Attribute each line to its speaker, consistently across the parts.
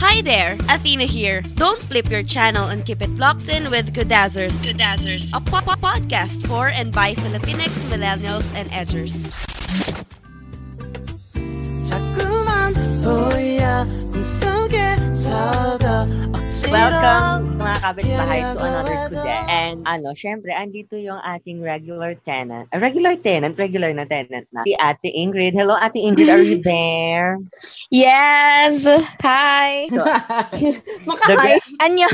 Speaker 1: Hi there, Athena here. Don't flip your channel and keep it locked in with Kudazzers. Kudazzers, a po- po- podcast for and by Filipinx, millennials, and edgers.
Speaker 2: 자꾸만 보여 꿈속에 서도 억지로
Speaker 3: Welcome mga kapitbahay to another today. And ano, syempre, andito yung ating regular tenant. Uh, regular tenant, regular na tenant na. Si Ate Ingrid. Hello, Ate Ingrid, are you there?
Speaker 4: Yes! Hi!
Speaker 3: So,
Speaker 5: Makahay.
Speaker 4: Anyo!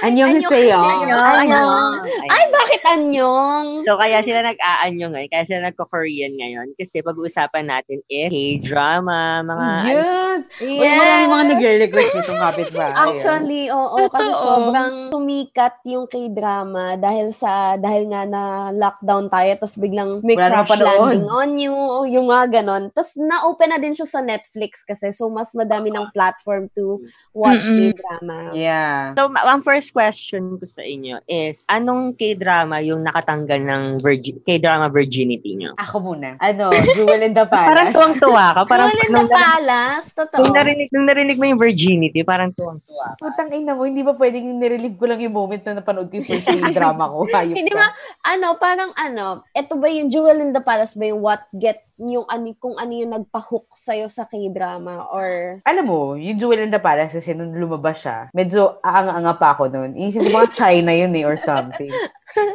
Speaker 5: Anyong sa'yo. Anyong. Ay, bakit anyong?
Speaker 3: So, kaya sila nag-aanyo ngayon. Kaya sila nagko-Korean ngayon. Kasi pag-uusapan natin is K-drama, mga... ano,
Speaker 5: Yes!
Speaker 3: Uy, maraming mga
Speaker 5: nagre-request
Speaker 3: nitong kapitbahay.
Speaker 5: Actually, oo. Kasi
Speaker 4: Totoo.
Speaker 5: sobrang sumikat yung K-drama dahil sa, dahil nga na lockdown tayo, tapos biglang may
Speaker 6: Wala nang
Speaker 5: crash
Speaker 6: mapanood.
Speaker 5: landing on you, yung mga ganon. Tapos na-open na din siya sa Netflix kasi so mas madami ng platform to watch
Speaker 4: Mm-mm.
Speaker 5: K-drama.
Speaker 6: Yeah.
Speaker 3: So, ma- ang first question ko sa inyo is, anong K-drama yung nakatanggal ng virgi- K-drama virginity nyo?
Speaker 6: Ako muna. Ano, Jewel and the
Speaker 3: Parang
Speaker 6: Palace.
Speaker 3: tuwang-tuwa ka. Parang
Speaker 5: Parang,
Speaker 3: nung,
Speaker 5: Walang palas, totoo.
Speaker 3: nung narinig, nung narinig mo yung virginity, parang tuwang-tuwa ka.
Speaker 6: Putang ina mo, hindi ba pwedeng nirelieve ko lang yung moment na napanood ko yung first yung drama ko? Hayop
Speaker 5: Hindi
Speaker 6: ka.
Speaker 5: ba, ano, parang ano, ito ba yung Jewel in the Palace ba yung what get, yung ano, kung ano yung nagpa-hook sa'yo sa K-drama or...
Speaker 6: Alam mo, yung Jewel and the Palace, kasi nung lumabas siya, medyo aanga-anga pa ako nun. Inisip ko mga China yun eh, or something.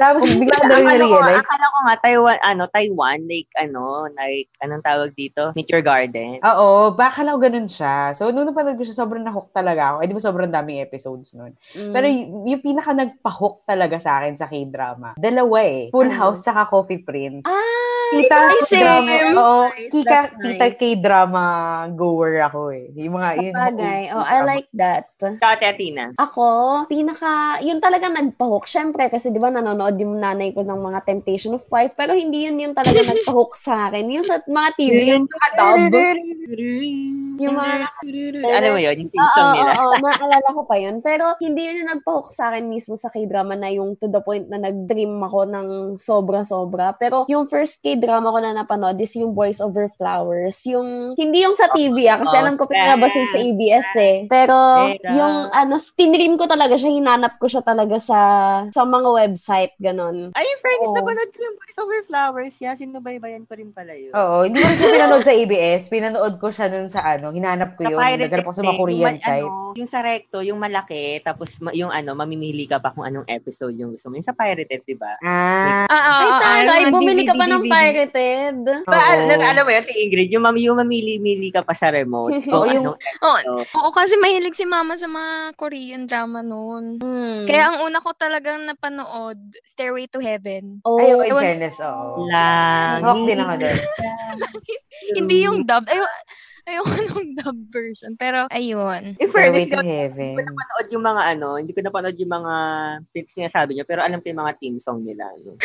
Speaker 6: Tapos bigla ko na rin
Speaker 3: akala ko, nga-
Speaker 6: realize
Speaker 3: akala ko nga, Taiwan, ano, Taiwan, like, ano, like, anong tawag dito? Nature Garden.
Speaker 6: Oo, baka lang ganun siya. So, nung napanood ko siya, sobrang nahook talaga ako. Eh, di ba sobrang daming episodes nun?
Speaker 5: Mm.
Speaker 6: Pero y- yung pinaka nagpa-hook talaga sa akin sa K-drama, dalawa eh. Full
Speaker 5: Ano?
Speaker 6: House tsaka Coffee Prince.
Speaker 5: Ah!
Speaker 6: Tita
Speaker 4: Ay,
Speaker 6: K-drama.
Speaker 4: same.
Speaker 6: Oo,
Speaker 5: Nice,
Speaker 6: Kika,
Speaker 5: that's
Speaker 6: Tita
Speaker 5: nice.
Speaker 6: K-drama goer ako eh. Yung mga, yun.
Speaker 5: Bagay. Oh, I like that.
Speaker 3: Ikaw, Ate Athena.
Speaker 5: Ako, pinaka, yun talaga nagpahook. Siyempre, kasi di ba nanonood yung nanay ko ng mga Temptation of Five, pero hindi yun yung talaga nagpahook sa akin. Yung sa mga TV, yung nakadub. Yung mga
Speaker 3: Alam mo yun, yung theme
Speaker 6: Ah,
Speaker 3: song
Speaker 5: Oo,
Speaker 3: nila.
Speaker 5: oo, oo. Maalala ko pa yun. Pero hindi yun yung nagpahook sa akin mismo sa k-drama na yung to the point na nag-dream ako ng sobra-sobra. Pero yung first k-drama ko na napanood is yung Boys Over Flowers. Yung, hindi yung sa TV ah, kasi
Speaker 3: Oo,
Speaker 5: alam ko
Speaker 3: yes.
Speaker 5: pinabas yun sa ABS eh. Pero
Speaker 3: Pero-
Speaker 5: yung ano, tinrim ko talaga siya, hinanap ko siya talaga sa sa mga website, ganon.
Speaker 6: ah.
Speaker 3: Ay, in fairness,
Speaker 5: Oo.
Speaker 3: napanood ko yung Boys Over Flowers. Yeah, sinubaybayan ko rin pala yun.
Speaker 6: Oo, hindi ko rin siya pinanood sa ABS. Pinanood ko siya nun sa ano, hinanap ko yun.
Speaker 3: Pirate
Speaker 6: Naghanap ako sa mga
Speaker 3: Bay,
Speaker 6: Korean
Speaker 3: yung, ma-
Speaker 6: site.
Speaker 3: ano, yung sa recto, yung malaki, tapos ma- yung ano, mamimili ka pa kung anong episode yung gusto mo. Yung sa pirated, di ba?
Speaker 6: Ah,
Speaker 4: Ah, ah,
Speaker 5: Ay,
Speaker 4: ah,
Speaker 5: taray,
Speaker 4: ah,
Speaker 5: bumili
Speaker 4: DVD,
Speaker 5: ka pa ng
Speaker 4: DVD.
Speaker 5: pirated.
Speaker 3: Ba,
Speaker 6: oo.
Speaker 3: alam, alam mo yun, si Ingrid, yung, mami, yung mamili-mili ka pa sa remote. ano?
Speaker 6: Oo,
Speaker 3: kung
Speaker 6: yung-
Speaker 3: anong
Speaker 4: Oo,
Speaker 3: episode.
Speaker 4: oo, kasi mahilig si mama sa mga Korean drama noon.
Speaker 5: Hmm.
Speaker 4: Kaya ang una ko talagang napanood, Stairway to Heaven.
Speaker 5: Oh,
Speaker 6: Ay, oh, in
Speaker 4: Ewan-
Speaker 6: fairness, oo.
Speaker 3: lang.
Speaker 6: Hawk din ako doon.
Speaker 4: Hindi yung dubbed. Ayo, ayoko nung dubbed version. Pero, ayun.
Speaker 3: In
Speaker 6: Stairway
Speaker 3: fairness,
Speaker 6: to
Speaker 3: hindi ko
Speaker 6: Heaven.
Speaker 3: napanood yung mga ano, hindi ko napanood yung mga tips niya sabi niyo, pero alam ko yung mga theme song nila. Ano.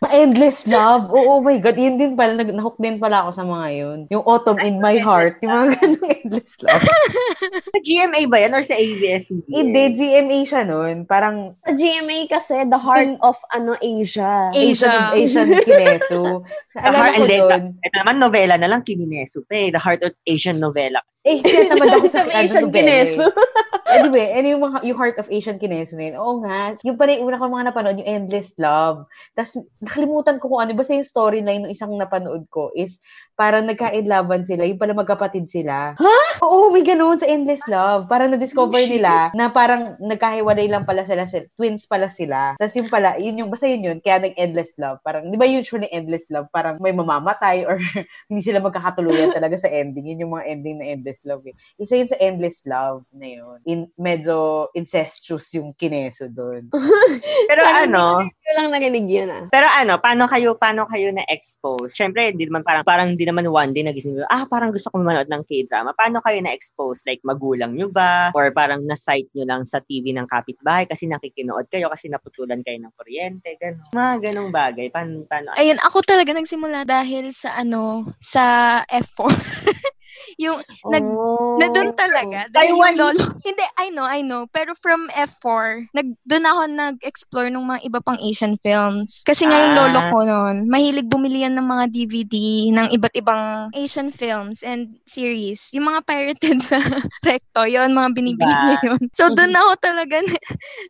Speaker 6: Endless Love. Oo, oh, my God. Yun din pala. nag- Nahook din pala ako sa mga yun. Yung Autumn in My Heart. Yung mga ganung Endless Love.
Speaker 3: Sa GMA ba yan or sa ABS-CBN?
Speaker 6: Hindi, GMA siya nun. Parang
Speaker 5: Sa GMA kasi, the heart of ano Asia.
Speaker 4: Asia.
Speaker 6: Asian Kineso. Alam
Speaker 3: heart
Speaker 6: ko
Speaker 3: and then-
Speaker 6: doon.
Speaker 3: Ito naman, novela na lang, Kinineso pa eh. The Heart of Asian Novela. kasi.
Speaker 6: Eh, kaya tamad ako sa
Speaker 5: Sabi,
Speaker 6: ano,
Speaker 5: Asian
Speaker 6: nobela
Speaker 5: Kineso.
Speaker 6: eh. Anyway, ano yung, mga, yung Heart of Asian Kineso na yun? Oo nga. Yung pala yung una ko mga napanood, yung Endless Love. Tapos, nakalimutan ko kung ano. Basta yung storyline ng isang napanood ko is parang nagkainlaban sila. Yung pala magkapatid sila. Ha? Oo, Oo, may ganun sa Endless Love. Parang
Speaker 4: Oh,
Speaker 6: na-discover nila na parang nagkahiwalay lang pala sila, sila twins pala sila. Tapos yung pala, yun yung, basta yun yun, kaya nag-Endless Love. Parang, di ba usually Endless Love, parang may mamamatay or hindi sila magkakatuluyan talaga sa ending. Yun yung mga ending na Endless Love. Eh. Isa yun sa Endless Love na yun. In, medyo incestuous yung kineso doon.
Speaker 3: Pero ano,
Speaker 5: Ko lang narinig yun ah.
Speaker 3: Pero ano, paano kayo paano kayo na-expose? Syempre, hindi naman parang parang hindi naman one day nagising ko, ah, parang gusto ko manood ng K-drama. Paano kayo na-expose? Like magulang nyo ba or parang na-site nyo lang sa TV ng kapitbahay kasi nakikinood kayo kasi naputulan kayo ng kuryente, ganun. Mga ganung bagay. Paano paano?
Speaker 4: Ayun, ako talaga nagsimula dahil sa ano, sa F4. yung nag
Speaker 5: oh.
Speaker 4: na doon talaga dahil yung lolo hindi I know I know pero from F4 nag doon ako nag-explore ng mga iba pang Asian films kasi nga
Speaker 3: Ah.
Speaker 4: yung lolo ko noon mahilig bumili yan ng mga DVD ng iba't ibang Asian films and series yung mga pirated sa Recto yon mga binibili
Speaker 3: Diba?
Speaker 4: niya yun so doon ako talaga na,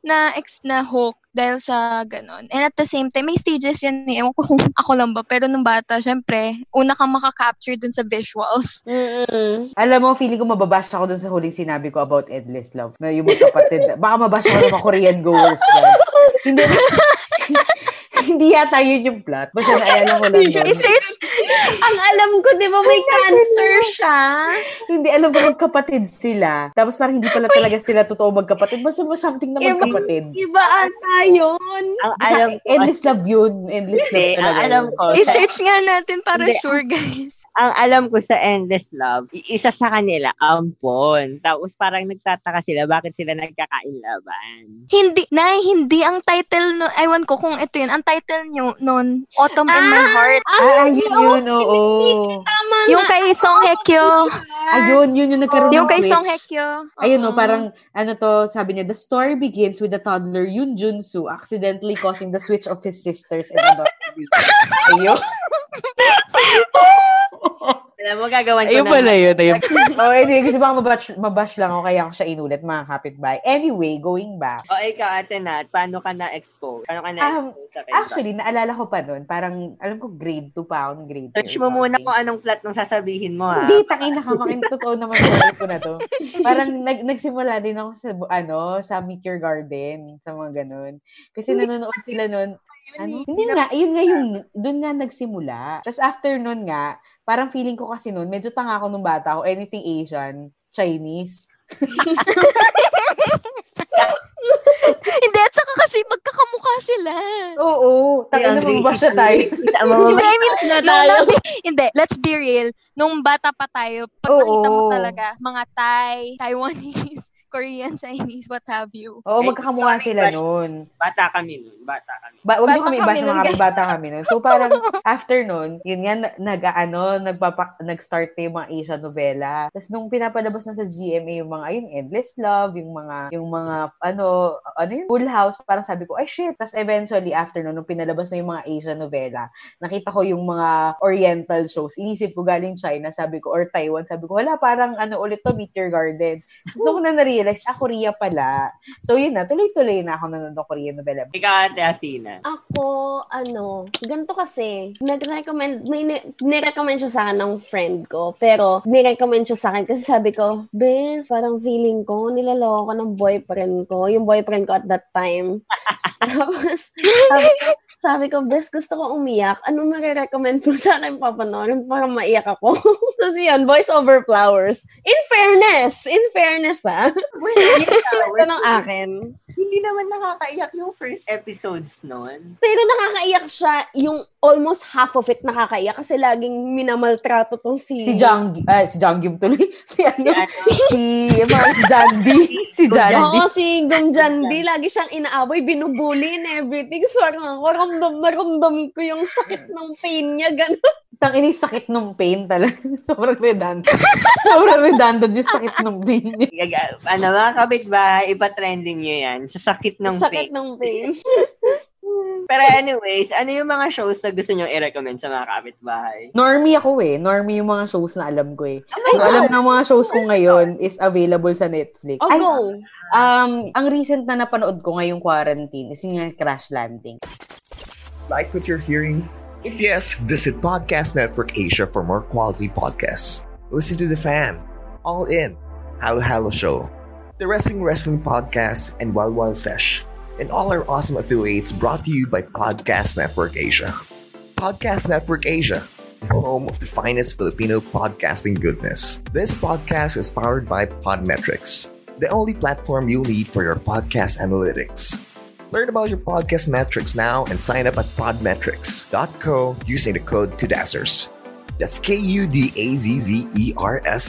Speaker 4: na ex na hook dahil sa ganon. And at the same time, may stages yan eh. Ewan ko kung ako lang ba. Pero nung bata, syempre, una kang makaka-capture dun sa visuals.
Speaker 5: Mm-mm.
Speaker 6: Alam mo, feeling ko mababash ako dun sa huling sinabi ko about Endless Love. Na yung magkapatid. baka mabash ako ng mga Korean goers. dyan. hindi, hindi yata yun yung plot. Basta naalala ko lang yun.
Speaker 4: I-search.
Speaker 5: Ang alam ko, di ba may cancer siya?
Speaker 6: Hindi, alam ba magkapatid sila. Tapos parang hindi pala talaga sila totoo magkapatid. Basta ba something na
Speaker 5: Iba-
Speaker 6: magkapatid.
Speaker 5: Iba ata yun.
Speaker 3: Ang
Speaker 6: Basta
Speaker 3: alam ko,
Speaker 6: endless love yun. Endless
Speaker 3: hindi,
Speaker 6: love
Speaker 3: ang
Speaker 6: talaga.
Speaker 3: alam ko, sa,
Speaker 4: I-search nga natin para
Speaker 3: Hindi.
Speaker 4: sure, guys.
Speaker 3: ang alam ko sa Endless Love, i- isa sa kanila, ampon. Tapos parang nagtataka sila bakit sila nagkakain laban.
Speaker 4: Hindi, na hindi. Ang title, no, ewan ko kung ito yun. Ang title nyo noon, Autumn in My Heart.
Speaker 6: Ah, ayun yun, oo.
Speaker 5: Tama
Speaker 4: Yung
Speaker 5: na.
Speaker 4: kay Song Hye Kyo.
Speaker 6: Ayun, yun yung nagkaroon ng
Speaker 4: Yung kay
Speaker 6: switch.
Speaker 4: Song Hye Kyo.
Speaker 6: Ayun, no,
Speaker 4: Oo.
Speaker 6: parang, ano to, sabi niya, the story begins with the toddler Yoon Junsu accidentally causing the switch of his sisters and other Ayun.
Speaker 3: Alam mo, gagawan ko
Speaker 6: Ayun
Speaker 3: ng-
Speaker 6: pala yun. Ayun. oh, anyway, kasi baka mabash, mabash lang ako, kaya ako siya inulit, mga kapitbahay. Anyway, going back.
Speaker 3: O ikaw, Ate Nat, paano ka na-expose? Paano ka na-expose sa K-drama?
Speaker 6: Um, Actually, naalala ko pa nun, parang, alam ko, grade 2 pa ako, grade 2.
Speaker 3: Search mo muna
Speaker 6: ano
Speaker 3: kung anong plot ng sasabihin mo, ha?
Speaker 6: Hindi, tangin na kamakin. Totoo naman sa ko na to. Parang nag, nagsimula din ako sa, bu- ano, sa Meteor Garden, sa mga ganun. Kasi nanonood sila nun. Ano? Hindi nga, yun nga yung, dun nga nagsimula. Tapos after nun nga, parang feeling ko kasi nun, medyo tanga ako nung bata ako, anything Asian, Chinese.
Speaker 4: Hindi, at saka kasi magkakamukha sila.
Speaker 6: Oo, tangin na
Speaker 3: Ang racist
Speaker 6: mababasa eh, tayo.
Speaker 3: Kita
Speaker 6: Oh,
Speaker 3: mo,
Speaker 4: Hindi, I mean,
Speaker 5: na
Speaker 4: nung nabi- hindi, let's be real. Nung bata pa tayo, pag
Speaker 6: Oo.
Speaker 4: nakita mo talaga, mga Thai, Taiwanese, Korean, Chinese, what have you.
Speaker 6: Oo,
Speaker 3: Ay,
Speaker 6: magkakamukha
Speaker 3: sorry,
Speaker 6: sila
Speaker 3: crush.
Speaker 6: nun.
Speaker 3: bata kami nun, bata kami.
Speaker 6: Ba, wag niyo
Speaker 4: Bata
Speaker 6: kami
Speaker 4: kami
Speaker 6: ibasa
Speaker 4: nun,
Speaker 6: mga
Speaker 4: guys.
Speaker 6: kabata kami nun. So parang after nun, yun nga, na- nag, ano, nagpapak, nag-start na yung mga Asian novela. Tapos nung pinapalabas na sa GMA yung mga, ayun, Endless Love, yung mga, yung mga, ano, ano yun, Full House, parang sabi ko, ay shit. Tapos eventually after nun, nung pinalabas na yung mga Asian novela, nakita ko yung mga Oriental shows. Inisip ko galing China, sabi ko, or Taiwan, sabi ko, wala, parang ano ulit to, Meteor Garden. So ko na na-realize, ah, Korea pala. So yun na, tuloy-tuloy na ako nanonood ng Korean novela.
Speaker 3: Ikaw, Ate
Speaker 6: Ah,
Speaker 3: Athena.
Speaker 5: Ako, ano, ganito kasi, nag-recommend, may ni- nirecommend siya sa akin ng friend ko, pero nirecommend siya sa akin kasi sabi ko, Bes, parang feeling ko, nilaloko ko ng boyfriend ko, yung boyfriend ko at that time. Tapos, sabi ko, sabi ko, Bes, gusto ko umiyak. Ano marirecommend mo sa akin papanoorin para maiyak ako? Tapos yun, Boys Over Flowers. In fairness! In fairness, ah.
Speaker 3: Wait,
Speaker 5: Ito ng akin.
Speaker 3: Hindi naman nakakaiyak yung first episodes nun.
Speaker 5: Pero nakakaiyak siya, yung almost half of it nakakaiyak kasi laging minamaltrato tong si...
Speaker 6: Si Jang, eh, si Jang Gim tuloy. Si ano?
Speaker 3: Yan.
Speaker 6: si, ma- si Jandy. Si Jandy.
Speaker 5: Oo, si Gumjan B. Lagi siyang inaaboy, binubuli and everything. So, ako, ramdam na ramdam ko yung sakit ng pain niya. Ganun.
Speaker 6: Tang ini sakit nung pain talaga. Sobrang redundant. Sobrang redundant yung sakit nung pain niya.
Speaker 3: Gaga- Ano mga kapitbahay, ipa-trending nyo yan. Sa sakit ng pain.
Speaker 5: sakit ng pain.
Speaker 3: Pero anyways, ano yung mga shows na gusto nyo i-recommend sa mga kapitbahay?
Speaker 6: Normie ako eh. Normie yung mga shows na alam ko eh.
Speaker 5: Oh
Speaker 6: So, alam na mga shows ko ngayon is available sa Netflix.
Speaker 5: Oh,
Speaker 6: Ay,
Speaker 5: go.
Speaker 6: um, ang recent na napanood ko ngayong quarantine is yung Crash Landing.
Speaker 7: Like what you're hearing? If yes, visit Podcast Network Asia for more quality podcasts. Listen to The Fan, All In, Halo Halo Show, the Wrestling Wrestling Podcast, and Wild Wild Sesh, and all our awesome affiliates brought to you by Podcast Network Asia. Podcast Network Asia, the home of the finest Filipino podcasting goodness. This podcast is powered by Podmetrics, the only platform you'll need for your podcast analytics. Learn about your podcast metrics now and sign up at podmetrics.co using the code KUDAZZERS. That's E K-U-D-A-Z-Z-E-R-S.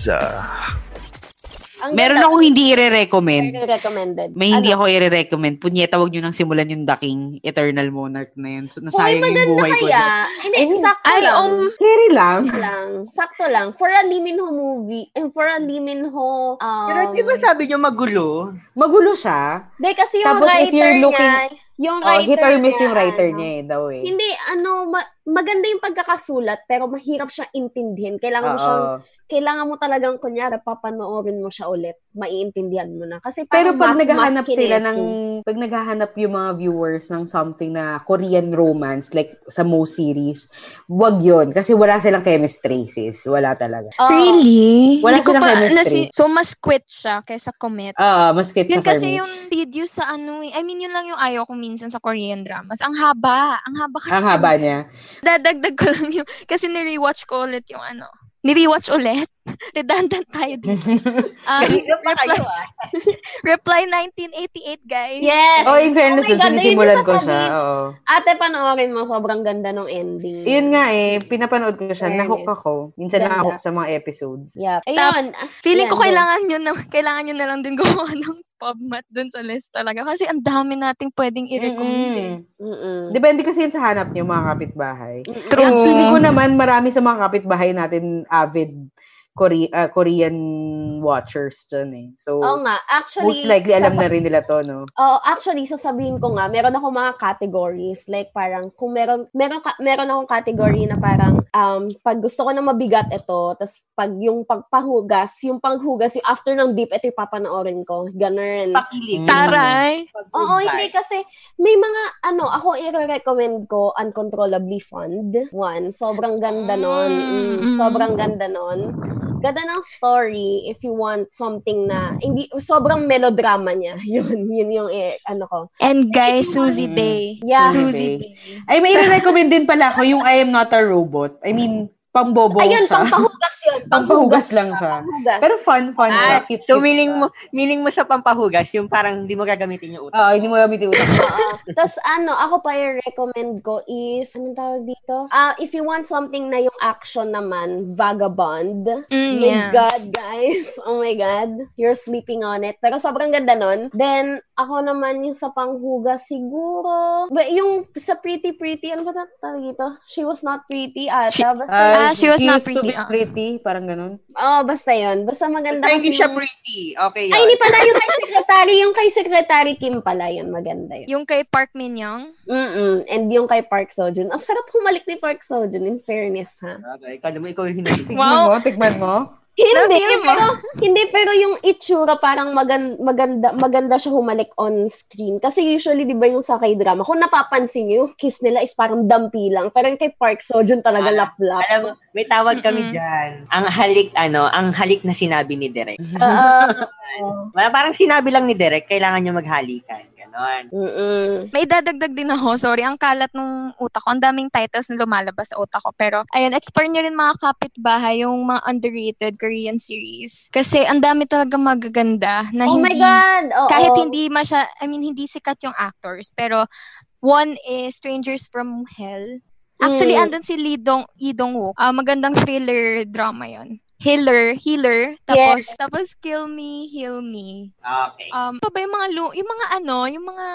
Speaker 5: Ang
Speaker 8: Meron
Speaker 5: ganda.
Speaker 8: akong hindi i-recommend.
Speaker 5: Very recommended.
Speaker 8: May hindi
Speaker 5: Ano?
Speaker 8: ako i-recommend. Punyeta, wag nyo nang simulan yung daking Eternal Monarch na yun. So,
Speaker 5: Hoy,
Speaker 8: nasayang yung
Speaker 5: maganda
Speaker 8: buhay ko.
Speaker 5: kaya. Hindi,
Speaker 6: Eh,
Speaker 5: sakto
Speaker 4: Ay,
Speaker 5: lang.
Speaker 4: um,
Speaker 6: Carry lang.
Speaker 5: lang. Sakto lang. For a Lee Min Ho movie, and for a Lee Min Ho, um,
Speaker 3: Pero di ba sabi niyo magulo?
Speaker 6: Magulo siya.
Speaker 5: Hindi, kasi yung
Speaker 6: Tapos if
Speaker 5: writer
Speaker 6: you're looking-
Speaker 5: niya, yung
Speaker 6: Oh,
Speaker 5: writer
Speaker 6: hit or miss
Speaker 5: niya,
Speaker 6: yung writer
Speaker 5: ano,
Speaker 6: niya eh, daw eh.
Speaker 5: Hindi, ano, ma- maganda yung pagkakasulat, pero mahirap siyang intindihin. Kailangan mo
Speaker 6: Oo.
Speaker 5: siyang, kailangan mo talagang, kunyari, papanoorin mo siya ulit, maiintindihan mo na. Kasi
Speaker 6: Pero pag
Speaker 5: parang math-
Speaker 6: naghahanap
Speaker 5: math
Speaker 6: sila
Speaker 5: kinesi.
Speaker 6: ng
Speaker 5: eh.
Speaker 6: pag naghahanap yung mga viewers ng something na Korean romance like sa Mo series, wag 'yon kasi wala silang chemistry sis, wala talaga.
Speaker 5: Oo.
Speaker 4: Really?
Speaker 6: Wala
Speaker 4: Hindi ko
Speaker 6: silang
Speaker 4: pa
Speaker 6: chemistry.
Speaker 4: nasi- so, mas quit siya kaysa commit.
Speaker 6: Ah, mas kit
Speaker 4: Yun
Speaker 6: sa
Speaker 4: kasi
Speaker 6: Fermi.
Speaker 4: yung video sa ano eh. I mean, yun lang yung ayaw ko minsan sa Korean dramas. Ang haba. Ang haba kasi.
Speaker 6: ang haba niya.
Speaker 4: Dadagdag ko lang yung... Kasi nirewatch ko ulit yung ano. Nirewatch ulit? Redundant tayo dito. Um, reply, reply 1988, guys.
Speaker 5: Yes!
Speaker 6: Oh, in fairness,
Speaker 5: Oh my God, ayun yung
Speaker 6: sinisimulan ko siya.
Speaker 5: sasabihin.
Speaker 6: Oo.
Speaker 5: Ate, panoorin mo, sobrang ganda ng ending.
Speaker 6: Yun nga eh,
Speaker 4: Mm.
Speaker 6: pinapanood ko siya,
Speaker 5: Fairness.
Speaker 6: nahook ako. Minsan
Speaker 5: Ganda.
Speaker 6: nahook sa mga episodes.
Speaker 5: Yep.
Speaker 4: Tap-
Speaker 5: Ayun. ah,
Speaker 4: Feeling ko
Speaker 5: yan, yun.
Speaker 4: kailangan yun na, kailangan yun na lang din gumawa ng PubMat dun sa list talaga. Kasi ang dami nating pwedeng i-recommend. eh.
Speaker 6: Mm-mm.
Speaker 5: Mm-mm.
Speaker 6: Depende kasi yun sa hanap niyo mga kapitbahay.
Speaker 4: True.
Speaker 6: Ang feeling ko naman, marami sa mga kapitbahay natin avid Kore- ah, Korean watchers dyan eh. So,
Speaker 5: Oo nga. Actually,
Speaker 6: most likely alam
Speaker 5: sasa-
Speaker 6: na rin nila to, no?
Speaker 5: Oo, actually, sasabihin ko nga, meron ako mga categories. Like, parang, kung meron, meron, ka, meron akong category na parang, um, pag gusto ko na mabigat ito, tapos pag yung pagpahugas, yung panghugas, yung after ng deep, ito yung papanoorin ko. Ganun.
Speaker 3: Pakilig.
Speaker 4: Taray.
Speaker 5: Oo, hindi kasi may mga ano, ako i-recommend ko Uncontrollably Fond. One, sobrang ganda nun. Mm,
Speaker 4: Mm.
Speaker 5: sobrang ganda nun. Ganda ng story if you want something na hindi sobrang melodrama niya. Yun, yun yung eh, ano ko.
Speaker 4: And guys, Suzy Bay.
Speaker 5: Yeah.
Speaker 6: Suzy
Speaker 4: Suzy
Speaker 6: Bay.
Speaker 4: Bay.
Speaker 6: Ay, may recommend din pala ako yung I am not a robot. I mean, pambobo
Speaker 5: Ayun,
Speaker 6: siya.
Speaker 5: pampahugas yun.
Speaker 6: Pampahugas lang siya.
Speaker 5: Pampahugas.
Speaker 6: Pero fun, fun. siya.
Speaker 3: Ah,
Speaker 6: Cute,
Speaker 3: so
Speaker 6: cute
Speaker 3: meaning
Speaker 6: siya.
Speaker 3: mo, meaning mo sa pampahugas, yung parang hindi mo gagamitin yung utak.
Speaker 6: Oo, Ah, hindi mo gamit yung utak.
Speaker 5: Tapos ano, ako pa yung recommend ko is, anong tawag dito? Ah, if you want something na yung action naman, Vagabond.
Speaker 4: Mm,
Speaker 5: my
Speaker 4: yeah.
Speaker 5: God, guys. Oh my God. You're sleeping on it. Pero sobrang ganda nun. Then, ako naman yung sa panghuga siguro. But yung sa Pretty Pretty, ano ba ta- tawag dito? She was not pretty ata.
Speaker 4: She-
Speaker 5: basta,
Speaker 4: Ah, she was not
Speaker 6: used to be
Speaker 4: pretty, ah.
Speaker 6: pretty, parang ganun.
Speaker 5: oh, basta yun. Basta maganda
Speaker 3: Basta hindi
Speaker 5: kasi
Speaker 3: siya
Speaker 5: yung-
Speaker 3: pretty. Okay yun.
Speaker 5: Ay, hindi pala yung kay Secretary. Yung kay Secretary Kim pala yun. Maganda yun.
Speaker 4: Yung kay Park Min Young.
Speaker 5: Mm-mm. And yung kay Park Sojun. Ang sarap humalik ni Park Sojun, in fairness, ha?
Speaker 3: Okay, kala mo ikaw yung hinahintay.
Speaker 6: Tignan
Speaker 4: Wow.
Speaker 6: mo, tignan mo.
Speaker 5: Hindi,
Speaker 4: Sabi mo.
Speaker 5: pero, hindi, pero yung itsura parang magan, maganda, maganda siya humalik on screen. Kasi usually, di ba yung sa k-drama, kung napapansin nyo, yung kiss nila is parang dampi lang. Pero yung kay Park Sojun talaga
Speaker 3: Ah,
Speaker 5: laplap.
Speaker 3: Alam mo, may tawag kami
Speaker 4: Mm-mm.
Speaker 3: dyan. Ang halik, ano, ang halik na sinabi ni Derek.
Speaker 5: Mm-hmm. Oo.
Speaker 3: Wala, Parang sinabi lang ni Derek, kailangan nyo maghalikan. Ganon.
Speaker 5: Mm-mm.
Speaker 4: May dadagdag din ako. Sorry, ang kalat ng utak ko. Ang daming titles na lumalabas sa utak ko. Pero, ayan, explore nyo rin mga kapitbahay yung mga underrated Korean series. Kasi, ang dami talaga magaganda na
Speaker 5: Oh my
Speaker 4: hindi...
Speaker 5: God! Oo.
Speaker 4: Kahit hindi masya... I mean, hindi sikat yung actors. Pero, one is Strangers from Hell. Actually,
Speaker 5: Mm.
Speaker 4: andun si Lee Dong, Lee Dong Wook. Ah, magandang thriller drama yon Healer, healer. Tapos, tapos Kill Me, Heal Me.
Speaker 3: Okay.
Speaker 4: Um, pa ba yung mga lu- yung mga ano, yung mga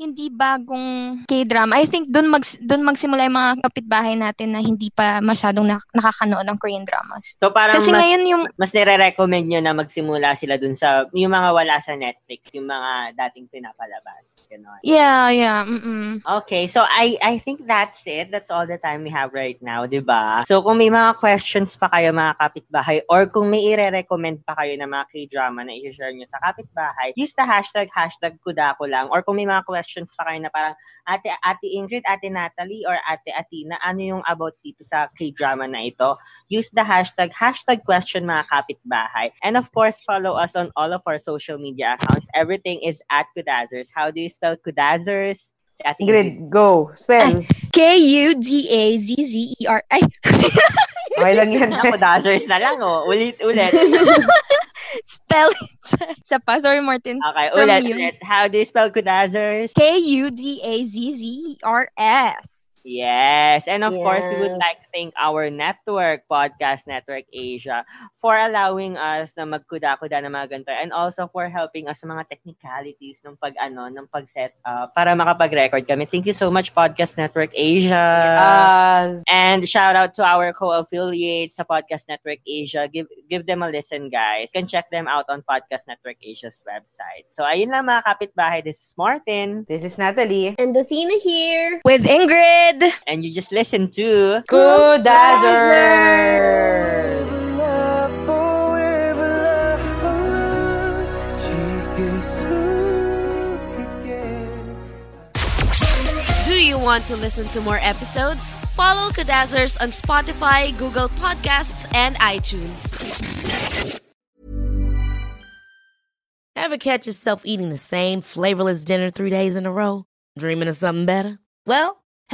Speaker 4: hindi bagong K-drama. I think doon mag doon magsimula yung mga kapitbahay natin na hindi pa masyadong na- nakakanood ng Korean dramas.
Speaker 3: So parang
Speaker 4: Kasi
Speaker 3: mas,
Speaker 4: ngayon yung
Speaker 3: mas nire-recommend nyo na magsimula sila dun sa, yung mga wala sa Netflix, yung mga dating pinapalabas. Ganon.
Speaker 4: yeah, yeah. Mm.
Speaker 3: Okay, so I I think that's it. That's all the time we have right now, 'di ba? So kung may mga questions pa kayo mga kapitbahay Okay? Or kung may i-recommend pa kayo na mga k-drama na i-share nyo sa kapitbahay, use the hashtag, hashtag kudako lang. Or kung may mga questions pa kayo na parang, ate, ate Ingrid, ate Natalie, or ate Atina, ano yung about dito sa k-drama na ito? Use the hashtag, hashtag question mga kapitbahay. And of course, follow us on all of our social media accounts. Everything is at Kudazers. How do you spell Kudazers? Ate
Speaker 6: Ingrid, go. Spell.
Speaker 4: K-U-D-A-Z-Z-E-R. E Ay,
Speaker 6: Okay lang yan.
Speaker 3: Ako, Kudazers na lang, oh. Ulit, ulit.
Speaker 4: spell check. Sa pa, sorry Martin.
Speaker 3: Okay,
Speaker 4: From
Speaker 3: ulit,
Speaker 4: you.
Speaker 3: ulit. How do you spell Kudazers?
Speaker 4: E K-U-D-A-Z-Z-E-R-S.
Speaker 3: Yes. And of course, we would
Speaker 5: Yes.
Speaker 3: like to thank our network, Podcast Network Asia, for allowing us na magkuda-kuda ng mga ganito and also for helping us sa mga technicalities ng pag ano, ng pag-set up para makapag-record kami. Thank you so much, Podcast Network Asia.
Speaker 6: Ah,
Speaker 3: And shout out to our co-affiliates sa Podcast Network Asia. Give give them a listen, guys. You can check them out on Podcast Network Asia's website. So, ayun lang mga kapitbahay. This is Martin.
Speaker 6: this is Natalie.
Speaker 5: And Athena here.
Speaker 4: With Ingrid.
Speaker 3: And you just listen to...
Speaker 6: Kudazer!
Speaker 1: Do you want to listen to more episodes? Follow Kadazzers on Spotify, Google Podcasts, and iTunes.
Speaker 9: Ever catch yourself eating the same flavorless dinner three days in a row? Dreaming of something better? Well,